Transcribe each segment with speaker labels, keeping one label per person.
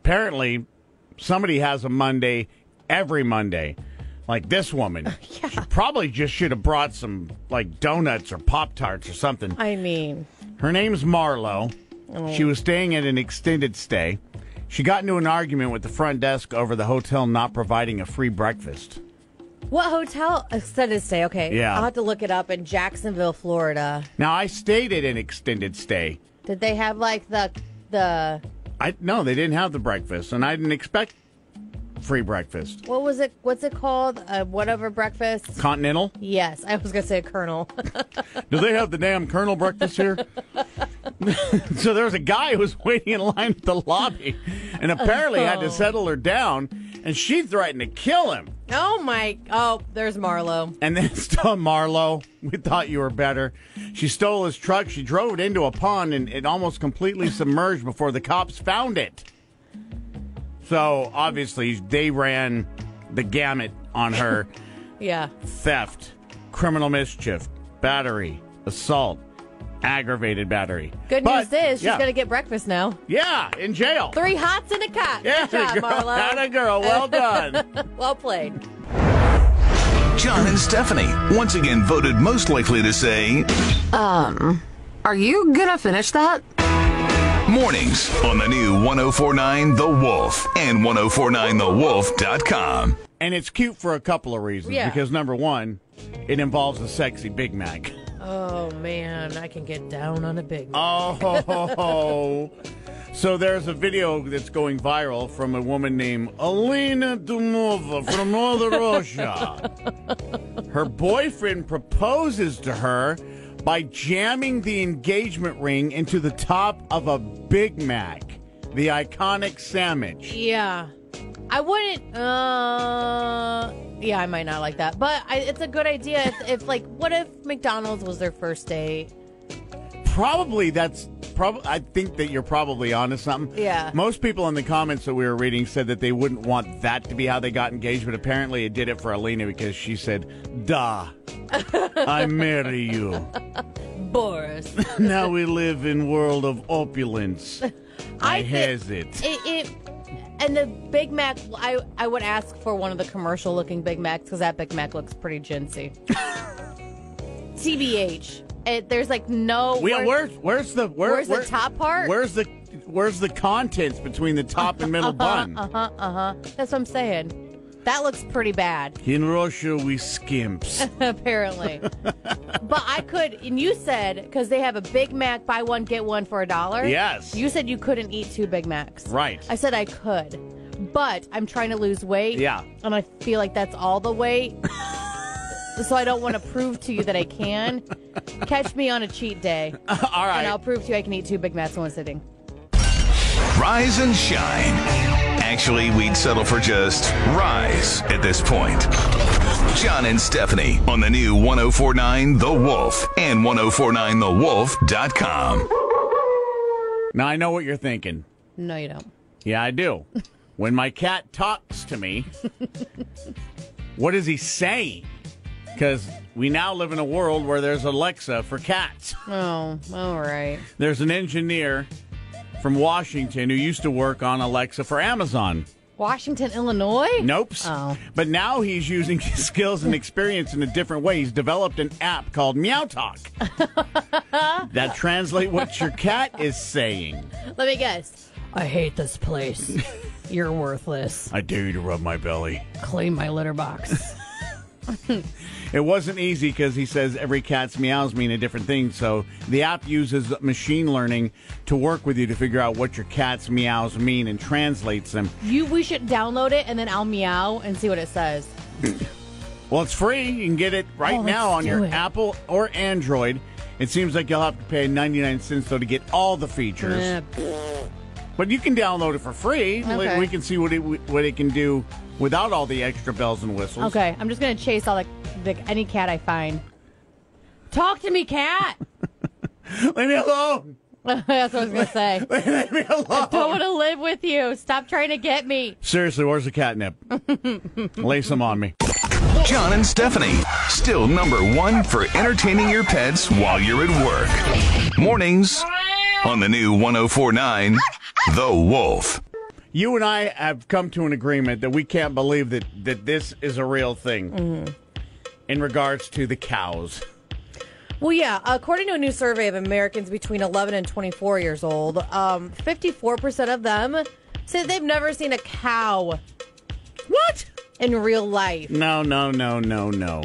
Speaker 1: apparently somebody has a Monday every Monday. Like this woman, she probably just should have brought some like donuts or pop tarts or something.
Speaker 2: I mean,
Speaker 1: Her name's Marlo. She was staying at an extended stay. She got into an argument with the front desk over the hotel not providing a free breakfast.
Speaker 2: what hotel? Extended stay. Okay.
Speaker 1: Yeah.
Speaker 2: I'll have to look it up in Jacksonville, Florida.
Speaker 1: Now I stayed at an extended stay.
Speaker 2: Did they have like the the
Speaker 1: I no, they didn't have the breakfast, and I didn't expect free breakfast.
Speaker 2: what was it? What's it called? Uh, whatever breakfast.
Speaker 1: Continental?
Speaker 2: Yes, I was gonna say Colonel.
Speaker 1: Do they have the damn Colonel breakfast here? so there was a guy who was waiting in line at the lobby, and apparently had to settle her down, and she threatened to kill him.
Speaker 2: oh my! Oh, there's Marlo.
Speaker 1: And then stole Marlowe. We thought you were better. She stole his truck. She drove it into a pond and it almost completely submerged before the cops found it. So obviously, they ran the gamut on her
Speaker 2: Yeah.
Speaker 1: theft, criminal mischief, battery, assault, aggravated battery.
Speaker 2: Good
Speaker 1: But-
Speaker 2: news is she's
Speaker 1: yeah,
Speaker 2: gonna get breakfast now.
Speaker 1: Yeah, in jail.
Speaker 2: Three hots and a cot.
Speaker 1: yeah,
Speaker 2: Good job,
Speaker 1: girl.
Speaker 2: Marlo.
Speaker 1: Atta girl. Well done.
Speaker 2: well played.
Speaker 3: John and Stephanie, once again voted most likely to say
Speaker 4: Um, Are you gonna finish that?
Speaker 3: mornings on the new 1049 The Wolf and 1049TheWolf.com.
Speaker 1: And it's cute for a couple of reasons.
Speaker 2: Yeah.
Speaker 1: Because number one, it involves a sexy Big Mac.
Speaker 2: Oh man, I can get down on a big.
Speaker 1: Oh. so there's a video that's going viral from a woman named Alina Dumova from Northern Russia. Her boyfriend proposes to her by jamming the engagement ring into the top of a Big Mac, the iconic sandwich.
Speaker 2: Yeah. I wouldn't. Uh, yeah, I might not like that, but I, it's a good idea. If, if like, what if McDonald's was their first date?
Speaker 1: Probably that's probably I think that you're probably onto something.
Speaker 2: Yeah.
Speaker 1: Most people in the comments that we were reading said that they wouldn't want that to be how they got engaged, but apparently it did it for Alina because she said, "Duh, I marry you.
Speaker 2: Boris.
Speaker 1: Now we live in world of opulence. I,
Speaker 2: I thi-
Speaker 1: has it."
Speaker 2: it, it and the Big Mac. I I would ask for one of the commercial looking Big Macs because that Big Mac looks pretty ginsy. TBH. It, there's like no.
Speaker 1: We,
Speaker 2: word-
Speaker 1: where's where's the where,
Speaker 2: Where's the
Speaker 1: where-
Speaker 2: top part?
Speaker 1: Where's the where's the contents between the top and middle bun?
Speaker 2: Uh-huh, uh-huh. That's what I'm saying. That looks pretty bad,
Speaker 1: In Russia, we skimps.
Speaker 2: apparently. but I could, and you said, because they have a Big Mac, buy one, get one for a dollar.
Speaker 1: Yes.
Speaker 2: You said you couldn't eat two Big Macs.
Speaker 1: Right.
Speaker 2: I said I could, but I'm trying to lose weight.
Speaker 1: Yeah.
Speaker 2: And I feel like that's all the weight. so I don't want to prove to you that I can. Catch me on a cheat day,
Speaker 1: All right.
Speaker 2: and I'll prove to you I can eat two Big Macs in one sitting.
Speaker 3: Rise and shine. Actually, we'd settle for just rise at this point. John and Stephanie on the new 1049 The Wolf and 1049TheWolf.com.
Speaker 1: now I know what you're thinking.
Speaker 2: No, you don't.
Speaker 1: Yeah, I do. when my cat talks to me, what is he saying? Because we now live in a world where there's Alexa for cats.
Speaker 2: Oh, all right.
Speaker 1: There's an engineer from Washington who used to work on Alexa for Amazon.
Speaker 2: Washington, Illinois?
Speaker 1: Nope.
Speaker 2: Oh.
Speaker 1: But now he's using his skills and experience in a different way. He's developed an app called Meow Talk that translates what your cat is saying.
Speaker 2: Let me guess. I hate this place. You're worthless.
Speaker 1: I dare you to rub my belly.
Speaker 2: Clean my litter box.
Speaker 1: It wasn't easy because he says every cat's meows mean a different thing. So the app uses machine learning to work with you to figure out what your cat's meows mean and translates them.
Speaker 2: you we should download it and then I'll meow and see what it says.
Speaker 1: Well, it's free. You can get it right
Speaker 2: Oh, let's
Speaker 1: now on
Speaker 2: do
Speaker 1: your
Speaker 2: it.
Speaker 1: Apple or Android. It seems like you'll have to pay 99 cents though to get all the features,
Speaker 2: Eh,
Speaker 1: but you can download it for free. Like,
Speaker 2: Okay.
Speaker 1: We can see what it what it can do without all the extra bells and whistles.
Speaker 2: Okay, I'm just gonna chase all the, the any cat I find. Talk to me, cat.
Speaker 1: Leave me alone.
Speaker 2: That's what I was gonna say.
Speaker 1: Leave me alone.
Speaker 2: Don't want to live with you. Stop trying to get me.
Speaker 1: Seriously, where's the catnip? Lay some on me.
Speaker 3: John and Stephanie, still number one for entertaining your pets while you're oh at work. Mornings on the new 1049 The Wolf.
Speaker 1: you and I have come to an agreement that we can't believe that that this is a real thing
Speaker 2: Mm-hmm.
Speaker 1: in regards to the cows.
Speaker 2: Well, yeah. According to a new survey of Americans between 11 and 24 years old, um, 54% of them say they've never seen a cow. What? In real life.
Speaker 1: No, no, no, no, no.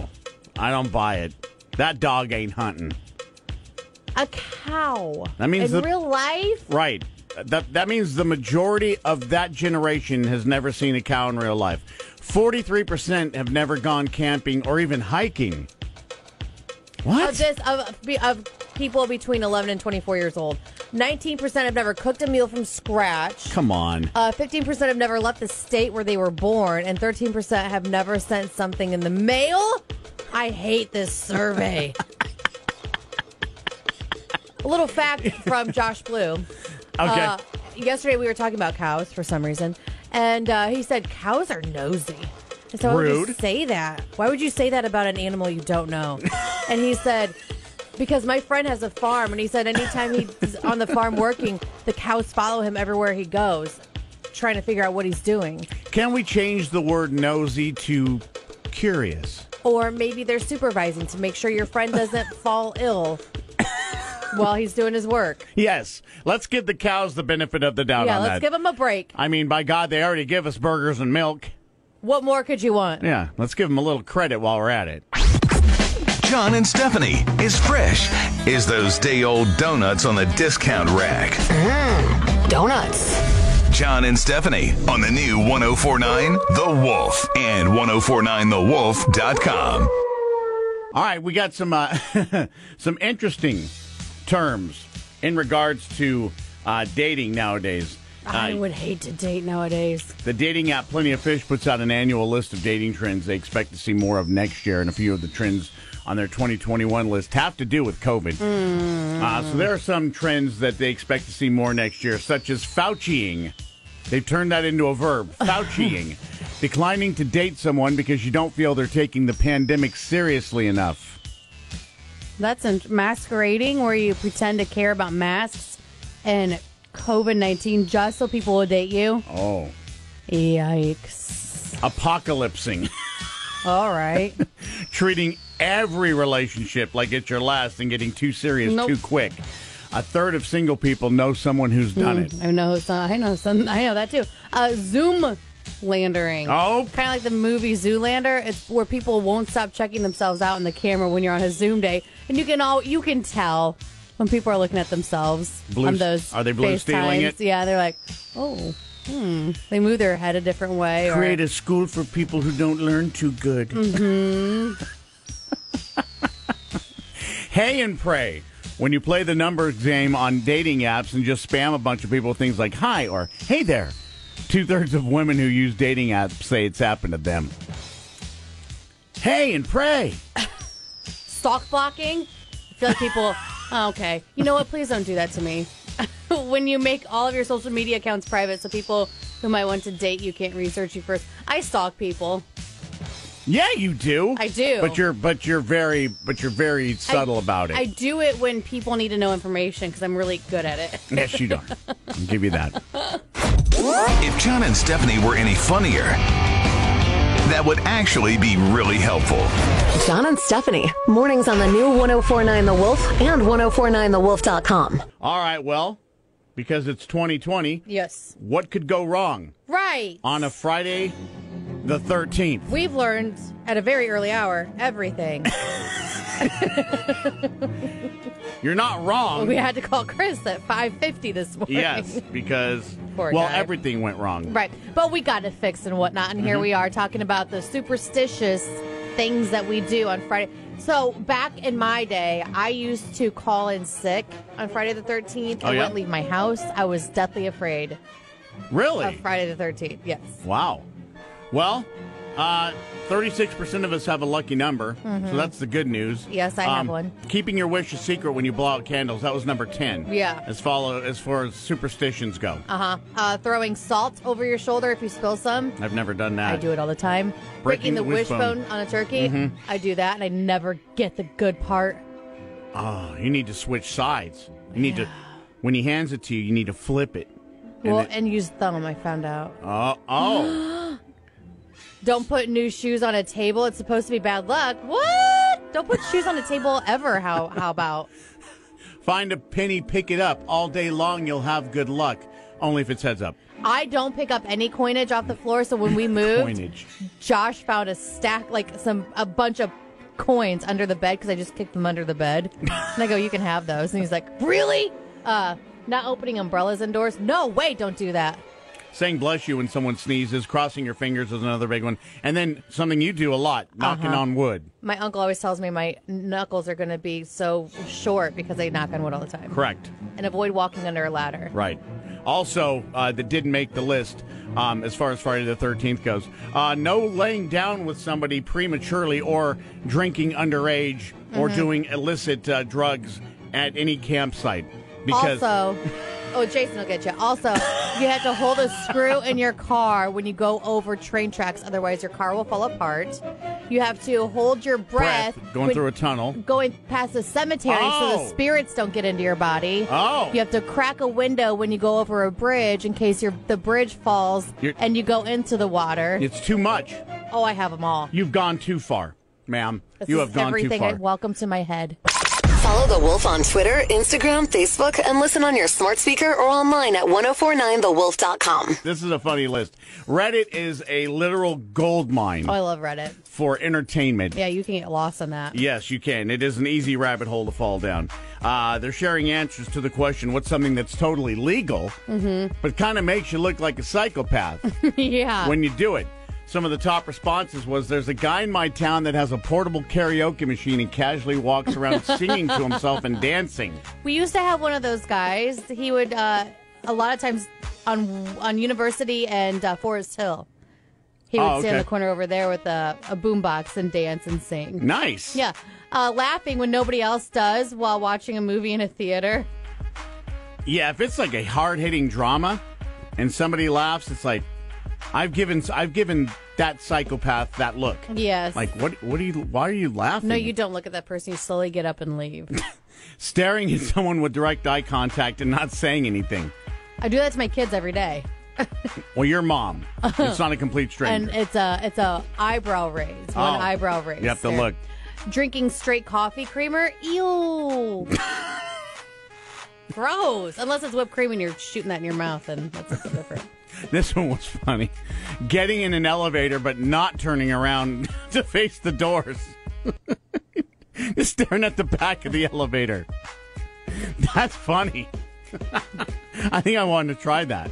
Speaker 1: I don't buy it. That dog ain't hunting.
Speaker 2: A cow.
Speaker 1: That means
Speaker 2: in
Speaker 1: the-
Speaker 2: real life?
Speaker 1: Right. That that means the majority of that generation has never seen a cow in real life. Forty-three percent have never gone camping or even hiking.
Speaker 2: Of
Speaker 1: What?
Speaker 2: this, of, be- of people between 11 and 24 years old. 19% have never cooked a meal from scratch.
Speaker 1: Come on.
Speaker 2: Uh, 15% have never left the state where they were born. And 13% have never sent something in the mail. I hate this survey. a little fact from Josh Blue.
Speaker 1: Okay.
Speaker 2: Uh, yesterday we were talking about cows for some reason, and uh, he said cows are nosy. And so why would you
Speaker 1: Rude.
Speaker 2: say that? Why would you say that about an animal you don't know? and he said, because my friend has a farm, and he said anytime he's on the farm working, the cows follow him everywhere he goes, trying to figure out what he's doing.
Speaker 1: Can we change the word nosy to curious?
Speaker 2: Or maybe they're supervising to make sure your friend doesn't fall ill while he's doing his work.
Speaker 1: Yes. Let's give the cows the benefit of the doubt
Speaker 2: yeah,
Speaker 1: on
Speaker 2: let's
Speaker 1: that.
Speaker 2: give him a break.
Speaker 1: I mean, by God, they already give us burgers and milk.
Speaker 2: What more could you want?
Speaker 1: Yeah, let's give them a little credit while we're at it.
Speaker 3: John and Stephanie is fresh is those day old donuts on the discount rack.
Speaker 4: Donuts.
Speaker 3: John and Stephanie on the new 1049 The Wolf and 1049thewolf.com.
Speaker 1: All right, we got some uh, some interesting terms in regards to uh, dating nowadays.
Speaker 2: I
Speaker 1: Uh,
Speaker 2: would hate to date nowadays.
Speaker 1: The dating app Plenty of Fish puts out an annual list of dating trends they expect to see more of next year, and a few of the trends on their 2021 list have to do with COVID. Uh, so there are some trends that they expect to see more next year, such as Fauciing. They've turned that into a verb, Fauciing. Declining to date someone because you don't feel they're taking the pandemic seriously enough.
Speaker 5: That's in- masquerading, where you pretend to care about masks and COVID 19 just so people will date you.
Speaker 1: Oh.
Speaker 5: Yikes.
Speaker 1: Apocalypsing.
Speaker 5: All right.
Speaker 1: treating every relationship like it's your last and getting too serious
Speaker 5: Nope.
Speaker 1: too quick. A third of single people know someone who's done
Speaker 2: Mm.
Speaker 1: it.
Speaker 5: I know some. I know some. I know that too. Uh, Zoom landering.
Speaker 1: Oh.
Speaker 5: Kind of like the movie Zoolander. It's where people won't stop checking themselves out in the camera when you're on a Zoom day, and you can all you can tell when people are looking at themselves
Speaker 1: Blue-
Speaker 5: on those.
Speaker 1: are they blue stealing
Speaker 5: FaceTimes.
Speaker 1: it?
Speaker 5: Yeah, they're like, oh, hmm. They move their head a different way. or-
Speaker 1: Create a school for people who don't learn too good. hey and pray. When you play the numbers game on dating apps and just spam a bunch of people with things like hi or hey there, two thirds of women who use dating apps say it's happened to them. Hey and pray.
Speaker 5: stalk blocking. I feel like people. oh, okay, you know what? Please don't do that to me. when you make all of your social media accounts private, so people who might want to date you can't research you first. I stalk people.
Speaker 1: Yeah, you do.
Speaker 5: I do.
Speaker 1: But you're but you're very but you're very subtle
Speaker 5: I-
Speaker 1: about it.
Speaker 5: I do it when people need to know information because I'm really good at it.
Speaker 1: yes, you don't. I'll give you that.
Speaker 3: If John and Stephanie were any funnier, that would actually be really helpful.
Speaker 4: John and Stephanie. Mornings on the new 1049 The Wolf and 1049TheWolf.com.
Speaker 1: All right, well, because it's 2020,
Speaker 5: Yes.
Speaker 1: what could go wrong
Speaker 2: Right.
Speaker 1: on a Friday the 13th?
Speaker 2: We've learned at a very early hour everything.
Speaker 1: You're not wrong.
Speaker 2: we had to call Chris at 5:50 this morning.
Speaker 1: yes, because
Speaker 2: Poor
Speaker 1: well,
Speaker 2: guy.
Speaker 1: everything went wrong.
Speaker 2: Right. But we got it fixed and whatnot. And here we are talking about the superstitious things that we do on Friday. So back in my day, I used to call in sick on Friday the 13th.
Speaker 1: Oh,
Speaker 2: I
Speaker 1: yeah?
Speaker 2: wouldn't leave my house. I was deathly afraid of
Speaker 1: Really?
Speaker 2: Friday the 13th. Yes.
Speaker 1: Wow. Well, uh, 36% of us have a lucky number, so that's the good news.
Speaker 2: Mm-hmm.
Speaker 1: Um,
Speaker 2: Yes, I have one.
Speaker 1: Keeping your wish a secret when you blow out candles, that was number 10.
Speaker 2: Yeah.
Speaker 1: As, follow, as far as superstitions go.
Speaker 2: Uh-huh. Uh Throwing salt over your shoulder if you spill some.
Speaker 1: I've never done that.
Speaker 2: I do it all the time. Ah. Breaking, the, wishbone. Mm-hmm. on a turkey. I do that, and I never get the good part.
Speaker 1: Oh, you need to switch sides. You need to, when he hands it to you, you need to flip it.
Speaker 2: well,
Speaker 1: it-
Speaker 2: and use thumb. I found out.
Speaker 1: Uh, oh,
Speaker 2: Don't put new shoes on a table. It's supposed to be bad luck. What? Don't put shoes on a table ever. How how about?
Speaker 1: find a penny, pick it up all day long. You'll have good luck, only if it's heads up.
Speaker 2: I don't pick up any coinage off the floor, so when we moved,
Speaker 1: Coinage.
Speaker 2: Josh found a stack like some a bunch of coins under the bed because I just kicked them under the bed. and I go, "You can have those." And he's like, "Really? Uh, not opening umbrellas indoors? No way! Don't do that."
Speaker 1: Saying bless you when someone sneezes, crossing your fingers is another big one. And then something you do a lot, knocking
Speaker 2: Uh-huh.
Speaker 1: on wood.
Speaker 2: My uncle always tells me my knuckles are going to be so short because I knock on wood all the time.
Speaker 1: Correct.
Speaker 2: And avoid walking under a ladder.
Speaker 1: Right. Also, uh, that didn't make the list um, as far as Friday the 13th goes. Uh, no laying down with somebody prematurely or drinking underage or
Speaker 2: Mm-hmm.
Speaker 1: doing illicit uh, drugs at any campsite. Because
Speaker 2: Also, oh, Jason will get you. Also, you have to hold a screw in your car when you go over train tracks, otherwise, your car will fall apart. You have to hold your breath,
Speaker 1: breath going
Speaker 2: when-
Speaker 1: through a tunnel.
Speaker 2: Going past the cemetery so
Speaker 1: Oh.
Speaker 2: the spirits don't get into your body.
Speaker 1: Oh.
Speaker 2: You have to crack a window when you go over a bridge in case your the bridge falls
Speaker 1: You're-
Speaker 2: and you go into the water.
Speaker 1: It's too much.
Speaker 2: Oh, I have them all.
Speaker 1: You've gone too far, ma'am.
Speaker 2: This
Speaker 1: you
Speaker 2: is
Speaker 1: have gone too
Speaker 2: everything.
Speaker 1: far.
Speaker 2: I, welcome to my head.
Speaker 4: Follow The Wolf on Twitter, Instagram, Facebook, and listen on your smart speaker or online at 1049thewolf.com.
Speaker 1: this is a funny list. Reddit is a literal gold mine
Speaker 2: Oh, I love Reddit.
Speaker 1: for entertainment.
Speaker 2: Yeah, you can get lost in that.
Speaker 1: Yes, you can. It is an easy rabbit hole to fall down. Uh, they're sharing answers to the question what's something that's totally legal,
Speaker 2: Mm-hmm.
Speaker 1: but kind of makes you look like a psychopath
Speaker 5: yeah.
Speaker 1: when you do it. Some of the top responses was there's a guy in my town that has a portable karaoke machine and casually walks around singing to himself and dancing.
Speaker 2: We used to have one of those guys. He would uh, a lot of times on on University and uh, Forest Hill.
Speaker 5: He would
Speaker 1: Oh,
Speaker 5: sit in
Speaker 1: okay.
Speaker 5: the corner over there with a, a boombox and dance and sing.
Speaker 1: Nice.
Speaker 5: Yeah. Uh, laughing when nobody else does while watching a movie in a theater.
Speaker 1: Yeah, if it's like a hard hitting drama and somebody laughs, it's like I've given I've given that psychopath that look.
Speaker 5: Yes.
Speaker 1: Like what what are you why are you laughing?
Speaker 5: no, you don't look at that person. You slowly get up and leave.
Speaker 1: staring at someone with direct eye contact and not saying anything.
Speaker 5: I do that to my kids every day.
Speaker 1: Well, your mom. it's not a complete stranger.
Speaker 5: And it's a it's a eyebrow raise. One
Speaker 1: Oh.
Speaker 5: eyebrow raise.
Speaker 1: You have to
Speaker 5: there.
Speaker 1: look.
Speaker 5: Drinking straight coffee creamer. Ew. Gross. Unless it's whipped cream and you're shooting that in your mouth, and that's something different.
Speaker 1: This one was funny. Getting in an elevator but not turning around to face the doors. Just staring at the back of the elevator. That's funny. I think I wanted to try that.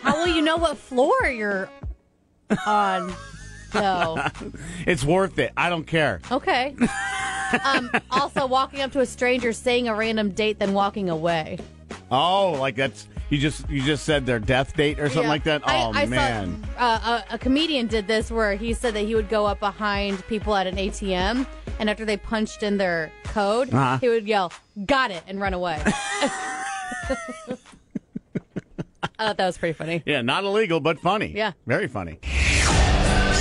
Speaker 5: How will you know what floor you're on? Though.
Speaker 1: It's worth it. I don't care.
Speaker 5: Okay. Um, also, walking up to a stranger, saying a random date, then walking away.
Speaker 1: Oh, like that's you just you just said their death date or something
Speaker 5: Yeah.
Speaker 1: like that.
Speaker 5: I-
Speaker 1: Oh
Speaker 5: I saw,
Speaker 1: man.
Speaker 5: uh, a, a comedian did this where he said that he would go up behind people at an ATM, and after they punched in their code,
Speaker 1: Uh-huh.
Speaker 5: he would yell, "Got it!" and run away. I thought that was pretty funny.
Speaker 1: yeah, not illegal but funny.
Speaker 5: Yeah.
Speaker 1: Very funny.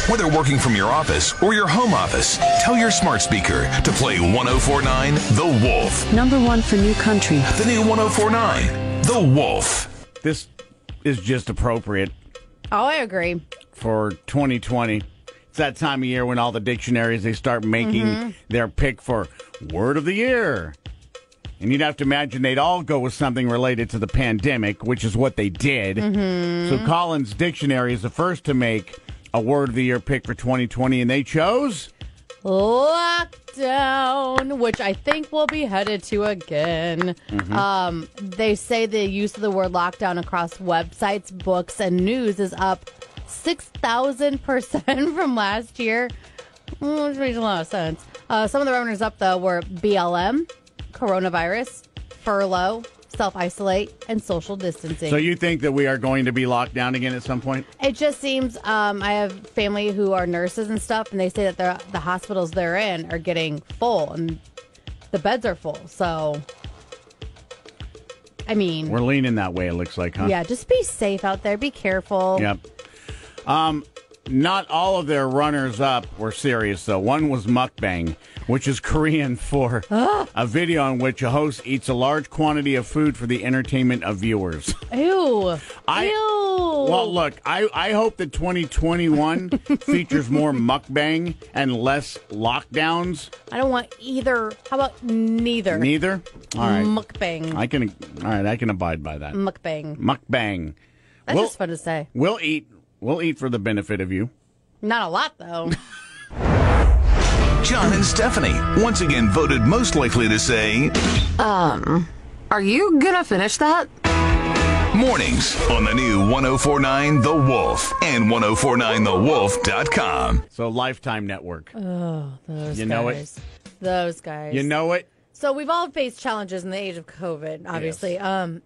Speaker 3: Whether working from your office or your home office, tell your smart speaker to play 1049 The Wolf.
Speaker 4: Number one for new country.
Speaker 3: The new 1049 The Wolf.
Speaker 1: This is just appropriate
Speaker 5: Oh, I agree.
Speaker 1: for 2020. It's that time of year when all the dictionaries they start making their pick for word of the year. And you'd have to imagine they'd all go with something related to the pandemic, which is what they did. So Collins Dictionary is the first to make a word of the year pick for 2020 and they chose
Speaker 5: Lockdown, which I think we'll be headed to again. Um, they say the use of the word lockdown across websites, books, and news is up 6,000% from last year, Mm, which makes a lot of sense. Uh, some of the runners up, though, were BLM, coronavirus, furlough, self isolate, and social distancing.
Speaker 1: So you think that we are going to be locked down again at some point?
Speaker 5: It just seems um, I have family who are nurses and stuff, and they say that the the hospitals they're in are getting full, and the beds are full. So, I mean,
Speaker 1: We're leaning that way, it looks like, huh?
Speaker 5: yeah, just be safe out there. Be careful.
Speaker 1: Yep. Um, Not all of their runners up were serious, though. One was mukbang, which is Korean for a video in which a host eats a large quantity of food for the entertainment of viewers.
Speaker 2: Ew.
Speaker 1: I,
Speaker 2: Ew.
Speaker 1: Well, look, I, I hope that 2021 features more mukbang and less lockdowns.
Speaker 2: I don't want either. How about neither?
Speaker 1: Neither? All right.
Speaker 2: Mukbang.
Speaker 1: I can, all right, I can abide by that.
Speaker 2: Mukbang.
Speaker 1: Mukbang.
Speaker 2: Mm. That's
Speaker 1: We'll-
Speaker 2: just fun to say.
Speaker 1: We'll eat. We'll eat for the benefit of you.
Speaker 2: Not a lot, though.
Speaker 3: John and Stephanie, once again voted most likely to say
Speaker 4: Um, Are you gonna finish that?
Speaker 3: mornings on the new 1049 The Wolf and 1049TheWolf.com.
Speaker 1: So Lifetime Network.
Speaker 2: Oh, Those
Speaker 1: You know it.
Speaker 2: guys. Those guys.
Speaker 1: You know it.
Speaker 2: So we've all faced challenges in the age of COVID, obviously.
Speaker 1: Yes.
Speaker 2: Um,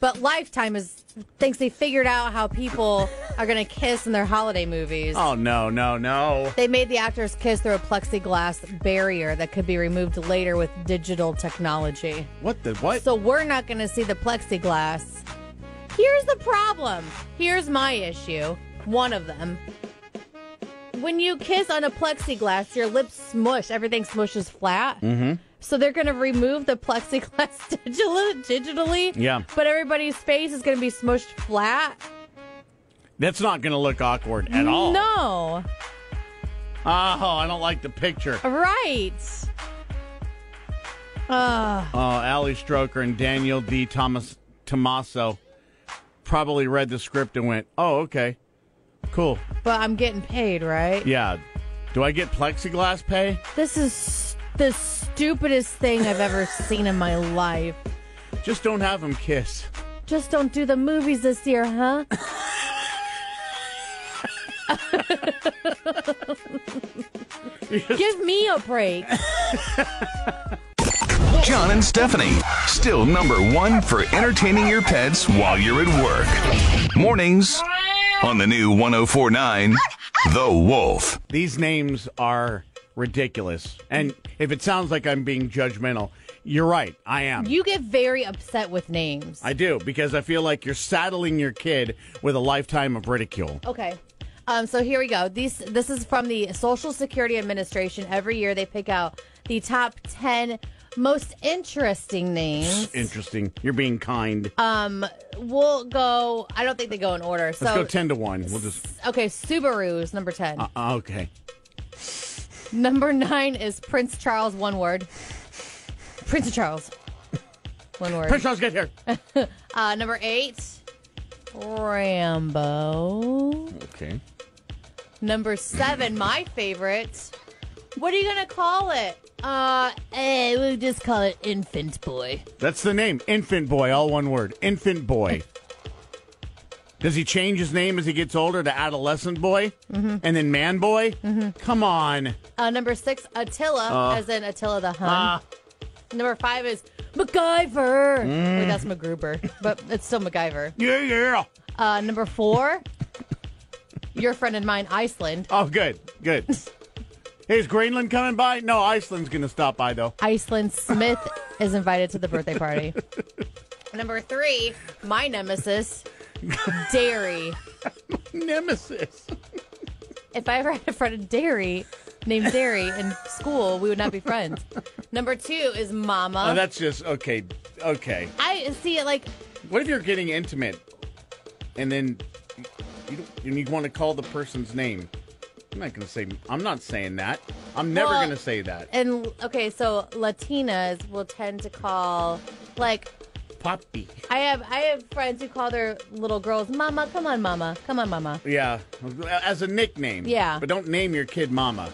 Speaker 2: but Lifetime is thinks they figured out how people are going to kiss in their holiday movies.
Speaker 1: Oh no, no, no.
Speaker 2: They made the actors kiss through a plexiglass barrier that could be removed later with digital technology.
Speaker 1: What the what?
Speaker 2: So we're not going to see the plexiglass. Here's the problem. Here's my issue. One of them. When you kiss on a plexiglass, your lips smush. Everything smushes flat. Mm-hmm. So they're going to remove the plexiglass digital- digitally.
Speaker 1: Yeah.
Speaker 2: But everybody's face is going to be smushed flat.
Speaker 1: That's not going to look awkward at all.
Speaker 2: No.
Speaker 1: Oh, I don't like the picture.
Speaker 2: Right. Uh,
Speaker 1: Oh, Ali Stroker and Daniel D. Thomas Tomaso probably read the script and went, "Oh, okay, cool.
Speaker 2: but I'm getting paid, right?
Speaker 1: Yeah, do I get plexiglass pay?
Speaker 2: This is the stupidest thing I've ever seen in my life.
Speaker 1: Just don't have him kiss."
Speaker 2: Just don't do the movies this year, huh? Give me a break.
Speaker 3: John and Stephanie, still number one for entertaining your pets while you're at work. Mornings on the new 1049 The Wolf.
Speaker 1: These names are ridiculous, and if it sounds like I'm being judgmental, you're right. I am.
Speaker 2: You get very upset with names.
Speaker 1: I do because I feel like you're saddling your kid with a lifetime of ridicule.
Speaker 2: Okay. Um, so here we go. These this is from the Social Security Administration. Every year they pick out the top ten most interesting names.
Speaker 1: Interesting. You're being kind.
Speaker 2: We'll go. I don't think they go in order. So
Speaker 1: Let's go ten to one. We'll just
Speaker 2: okay, Subaru is number ten.
Speaker 1: uh, okay.
Speaker 2: Number nine is Prince Charles. One word. Prince Charles. One word.
Speaker 1: Prince Charles, get here.
Speaker 2: Uh, number eight, Rambo.
Speaker 1: Okay.
Speaker 2: Number seven, my favorite. What are you gonna call it? Uh, eh, we'll just call it Infant Boy.
Speaker 1: That's the name. Infant boy. All one word. Infant boy. Does he change his name as he gets older to adolescent boy and then man boy? Come on.
Speaker 2: Uh, number six, Attila, as in Attila the Hun.
Speaker 1: Uh,
Speaker 2: number five is MacGyver. Wait, that's MacGruber, but it's still MacGyver.
Speaker 1: Yeah, yeah.
Speaker 2: Uh, number four, your friend and mine, Iceland.
Speaker 1: Oh, good, good. Hey, Is Greenland coming by? No, Iceland's gonna stop by though.
Speaker 2: Iceland Smith is invited to the birthday party. Number three, my nemesis, Dairy.
Speaker 1: Nemesis.
Speaker 2: If I ever had a friend of Dairy named Dairy in school, we would not be friends. Number two is Mama.
Speaker 1: Oh, that's just okay. Okay.
Speaker 2: I see it like
Speaker 1: What if you're getting intimate, and then you, you, you want to call the person's name? I'm not gonna say. I'm not saying that. I'm never
Speaker 2: Well-
Speaker 1: gonna say that.
Speaker 2: and okay, so Latinas will tend to call like
Speaker 1: Poppy.
Speaker 2: I have I have friends who call their little girls Mama, come on Mama, come on Mama.
Speaker 1: Yeah, as a nickname.
Speaker 2: Yeah.
Speaker 1: But don't name your kid Mama.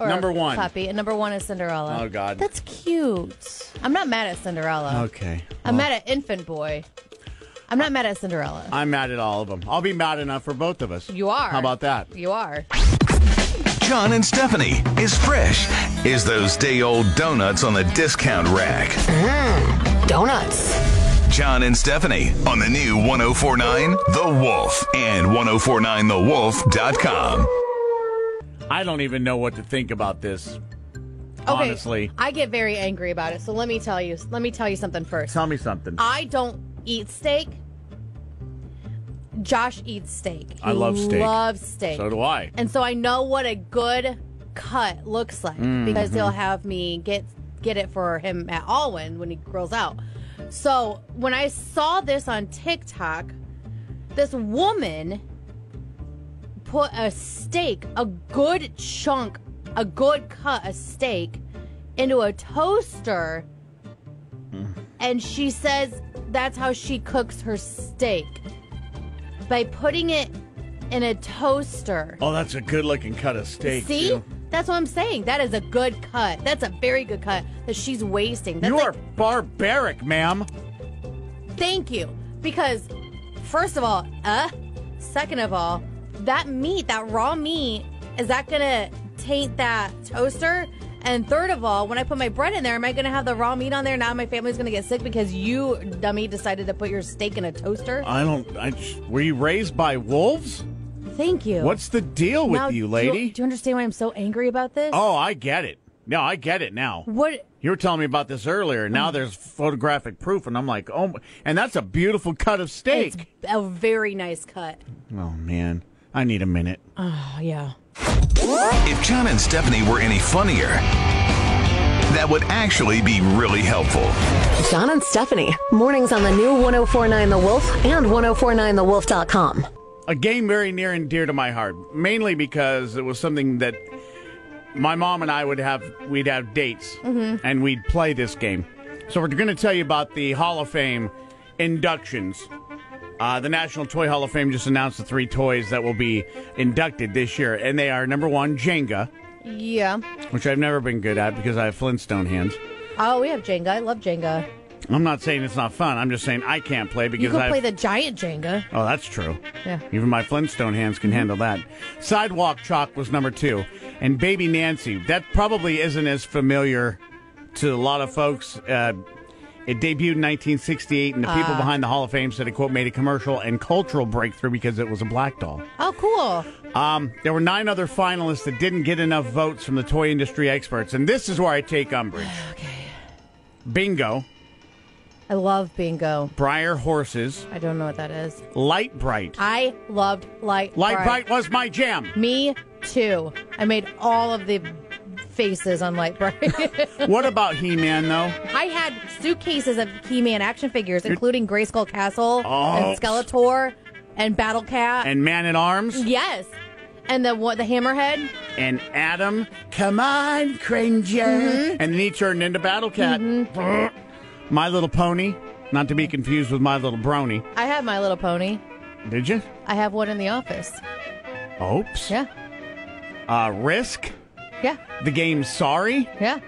Speaker 2: Or
Speaker 1: Number one.
Speaker 2: Puppy. And number one is Cinderella.
Speaker 1: Oh, God.
Speaker 2: That's cute. I'm not mad at Cinderella.
Speaker 1: Okay.
Speaker 2: I'm mad at Infant Boy. I'm not mad at Cinderella.
Speaker 1: I'm mad at all of them. I'll be mad enough for both of us.
Speaker 2: you are.
Speaker 1: How about that?
Speaker 2: You are.
Speaker 3: John and Stephanie is fresh is those day old donuts on the discount rack.
Speaker 4: Donuts.
Speaker 3: John and Stephanie on the new 1049 The Wolf and 1049TheWolf.com.
Speaker 1: I don't even know what to think about this.
Speaker 2: Okay.
Speaker 1: Honestly,
Speaker 2: I get very angry about it. So let me tell you. Uh, Let me tell you something first.
Speaker 1: tell me something.
Speaker 2: I don't eat steak. Josh eats steak. He
Speaker 1: I love steak.
Speaker 2: Loves steak.
Speaker 1: So do I.
Speaker 2: And so I know what a good cut looks like
Speaker 1: Mm.
Speaker 2: because
Speaker 1: Mm-hmm.
Speaker 2: he'll have me get get it for him at Alwyn when he grills out. So when I saw this on TikTok, this woman put a steak, a good chunk, a good cut of steak into a toaster
Speaker 1: Mm.
Speaker 2: and she says that's how she cooks her steak by putting it in a toaster.
Speaker 1: Oh, that's a good looking cut of steak.
Speaker 2: See?
Speaker 1: too.
Speaker 2: That's what I'm saying. That is a good cut. That's a very good cut that she's wasting. That's
Speaker 1: You
Speaker 2: like-
Speaker 1: are barbaric, ma'am.
Speaker 2: Thank you. Because, first of all, uh, second of all, that meat, that raw meat, is that gonna taint that toaster? And third of all, when I put my bread in there, am I gonna have the raw meat on there? Now my family's gonna get sick because you, dummy, decided to put your steak in a toaster?
Speaker 1: I don't. I just, were you raised by wolves?
Speaker 2: Thank you.
Speaker 1: What's the deal with
Speaker 2: Now, do
Speaker 1: you, lady?
Speaker 2: Do you understand why I'm so angry about this?
Speaker 1: oh, I get it. No, I get it now.
Speaker 2: What?
Speaker 1: You were telling me about this earlier. Now
Speaker 2: Mm.
Speaker 1: there's photographic proof, and I'm like, oh, my- and that's a beautiful cut of
Speaker 2: It's
Speaker 1: steak.
Speaker 2: a very nice cut.
Speaker 1: Oh man, I need a minute.
Speaker 2: Oh, yeah.
Speaker 3: If John and Stephanie were any funnier, that would actually be really helpful.
Speaker 4: John and Stephanie. Mornings on the new 1049 The Wolf and 1049TheWolf.com.
Speaker 1: a game very near and dear to my heart, mainly because it was something that my mom and I would have. We'd have dates,
Speaker 2: Mm-hmm.
Speaker 1: and we'd play this game. So we're going to tell you about the Hall of Fame inductions. Uh, the National Toy Hall of Fame just announced the three toys that will be inducted this year, and they are number one Jenga,
Speaker 2: Yeah.
Speaker 1: which I've never been good at because I have Flintstone hands.
Speaker 2: Oh, we have Jenga. I love Jenga.
Speaker 1: I'm not saying it's not fun. I'm just saying I can't play because
Speaker 2: You can
Speaker 1: I've,
Speaker 2: play the giant Jenga.
Speaker 1: Oh, that's true.
Speaker 2: Yeah.
Speaker 1: Even my Flintstone hands can handle that. Sidewalk Chalk was number two. And Baby Nancy. That probably isn't as familiar to a lot of folks. Uh, it debuted in 1968, and the
Speaker 2: Ah.
Speaker 1: people behind the Hall of Fame said it, quote, made a commercial and cultural breakthrough because it was a black doll.
Speaker 2: Oh, cool.
Speaker 1: Um, there were nine other finalists that didn't get enough votes from the toy industry experts, and this is where I take umbrage. okay. Bingo,
Speaker 2: I love bingo.
Speaker 1: Briar Horses,
Speaker 2: I don't know what that is.
Speaker 1: Light Bright.
Speaker 2: I loved Light
Speaker 1: Light
Speaker 2: Bright.
Speaker 1: Bright was my jam.
Speaker 2: Me too. I made all of the faces on Light Bright.
Speaker 1: What about He Man though?
Speaker 2: I had suitcases of He-Man action figures, including Grayskull Castle
Speaker 1: Oh.
Speaker 2: and Skeletor and Battle Cat.
Speaker 1: And Man at Arms?
Speaker 2: yes, and the what? The Hammerhead.
Speaker 1: And Adam? Come on, Granger. And then he turned into Battle Cat. My Little Pony? Not to be confused with My Little Brony.
Speaker 2: I have My Little Pony.
Speaker 1: Did you?
Speaker 2: I have one in the office.
Speaker 1: Oops.
Speaker 2: Yeah,
Speaker 1: Uh, Risk?
Speaker 2: yeah,
Speaker 1: The game Sorry?
Speaker 2: yeah.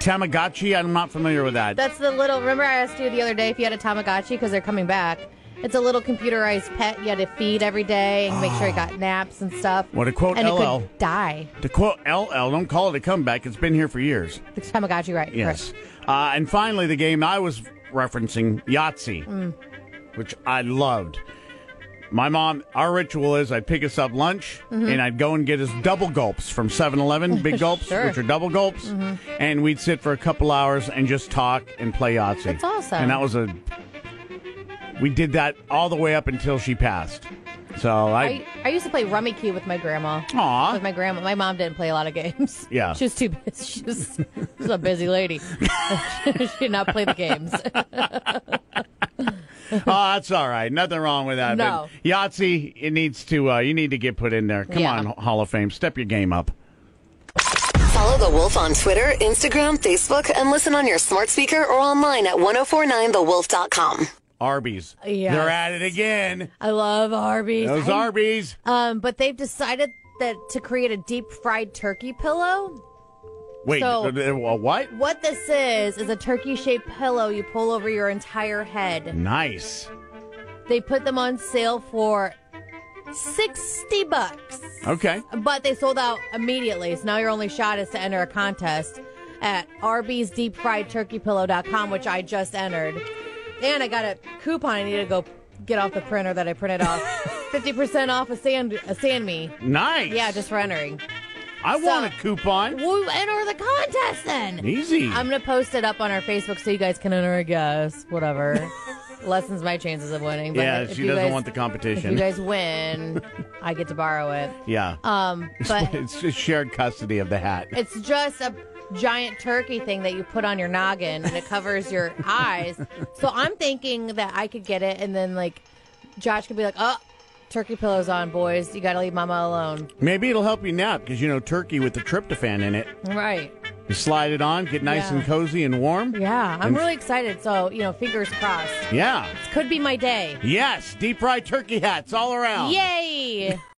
Speaker 1: Tamagotchi? I'm not familiar with that.
Speaker 2: That's the little. Remember, I asked you the other day if you had a Tamagotchi because they're coming back. It's a little computerized pet you had to feed every day and make sure it got naps and stuff.
Speaker 1: Ah. What a quote,
Speaker 2: And
Speaker 1: LL.
Speaker 2: it could die.
Speaker 1: to quote LL, don't call it a comeback. It's been here for years.
Speaker 2: The Tamagotchi, right?
Speaker 1: Yes. Uh, and finally, the game I was referencing, Yahtzee,
Speaker 2: Mm.
Speaker 1: which I loved. My mom, our ritual is I'd pick us up lunch
Speaker 2: Mm-hmm.
Speaker 1: and I'd go and get us double gulps from 7 Eleven, big gulps,
Speaker 2: Sure. Mm-hmm.
Speaker 1: which are double gulps. And we'd sit for a couple hours and just talk and play Yahtzee.
Speaker 2: That's awesome.
Speaker 1: And that was a. We did that all the way up until she passed. So
Speaker 2: I,
Speaker 1: I.
Speaker 2: I used to play Rummy Cue with my grandma.
Speaker 1: Aw.
Speaker 2: With my grandma. My mom didn't play a lot of games.
Speaker 1: Yeah.
Speaker 2: She was too busy. She was, she was a busy lady. she did not play the games.
Speaker 1: oh, that's all right. Nothing wrong with that.
Speaker 2: No.
Speaker 1: But Yahtzee, it needs to. Uh, you need to get put in there. Come
Speaker 2: Yeah.
Speaker 1: on, Hall of Fame, step your game up.
Speaker 4: Follow The Wolf on Twitter, Instagram, Facebook, and listen on your smart speaker or online at 1049TheWolf.com.
Speaker 1: Arby's.
Speaker 2: Yes.
Speaker 1: They're at it again.
Speaker 2: I love Arby's.
Speaker 1: Those
Speaker 2: I-
Speaker 1: Arby's.
Speaker 2: Um, but they've decided that to create a deep fried turkey pillow.
Speaker 1: Wait,
Speaker 2: so-
Speaker 1: uh, uh, what?
Speaker 2: What this is is a turkey shaped pillow you pull over your entire head.
Speaker 1: Nice.
Speaker 2: They put them on sale for sixty bucks.
Speaker 1: Okay.
Speaker 2: But they sold out immediately, so now your only shot is to enter a contest at Arby's Deep Fried Turkey Pillow.com, which I just entered. And I got a coupon I need to go get off the printer that I printed off. 50% off a sand a sand me.
Speaker 1: Nice.
Speaker 2: Yeah, just for entering.
Speaker 1: I want a
Speaker 2: so-
Speaker 1: coupon.
Speaker 2: We'll enter the contest then.
Speaker 1: Easy.
Speaker 2: I'm gonna post it up on our Facebook so you guys can enter a guess. Whatever. lessens my chances of winning. But
Speaker 1: Yeah,
Speaker 2: if
Speaker 1: she
Speaker 2: you
Speaker 1: doesn't
Speaker 2: guys-
Speaker 1: want the
Speaker 2: If you
Speaker 1: competition.
Speaker 2: guys win, I get to borrow it.
Speaker 1: yeah.
Speaker 2: Um, but
Speaker 1: it's just shared custody of the hat.
Speaker 2: It's just a giant turkey thing that you put on your noggin and it covers your eyes. So I'm thinking that I could get it and then like Josh could be like, "Oh, turkey pillows on, boys. You got to leave mama alone."
Speaker 1: Maybe it'll help you nap because you know turkey with the tryptophan in it.
Speaker 2: Right.
Speaker 1: You slide it on, get nice
Speaker 2: Yeah.
Speaker 1: and cozy and warm.
Speaker 2: Yeah, I'm
Speaker 1: And-
Speaker 2: really excited. So, you know, fingers crossed.
Speaker 1: Yeah.
Speaker 2: Could be my day.
Speaker 1: Yes, deep fried turkey hats all around.
Speaker 2: Yay!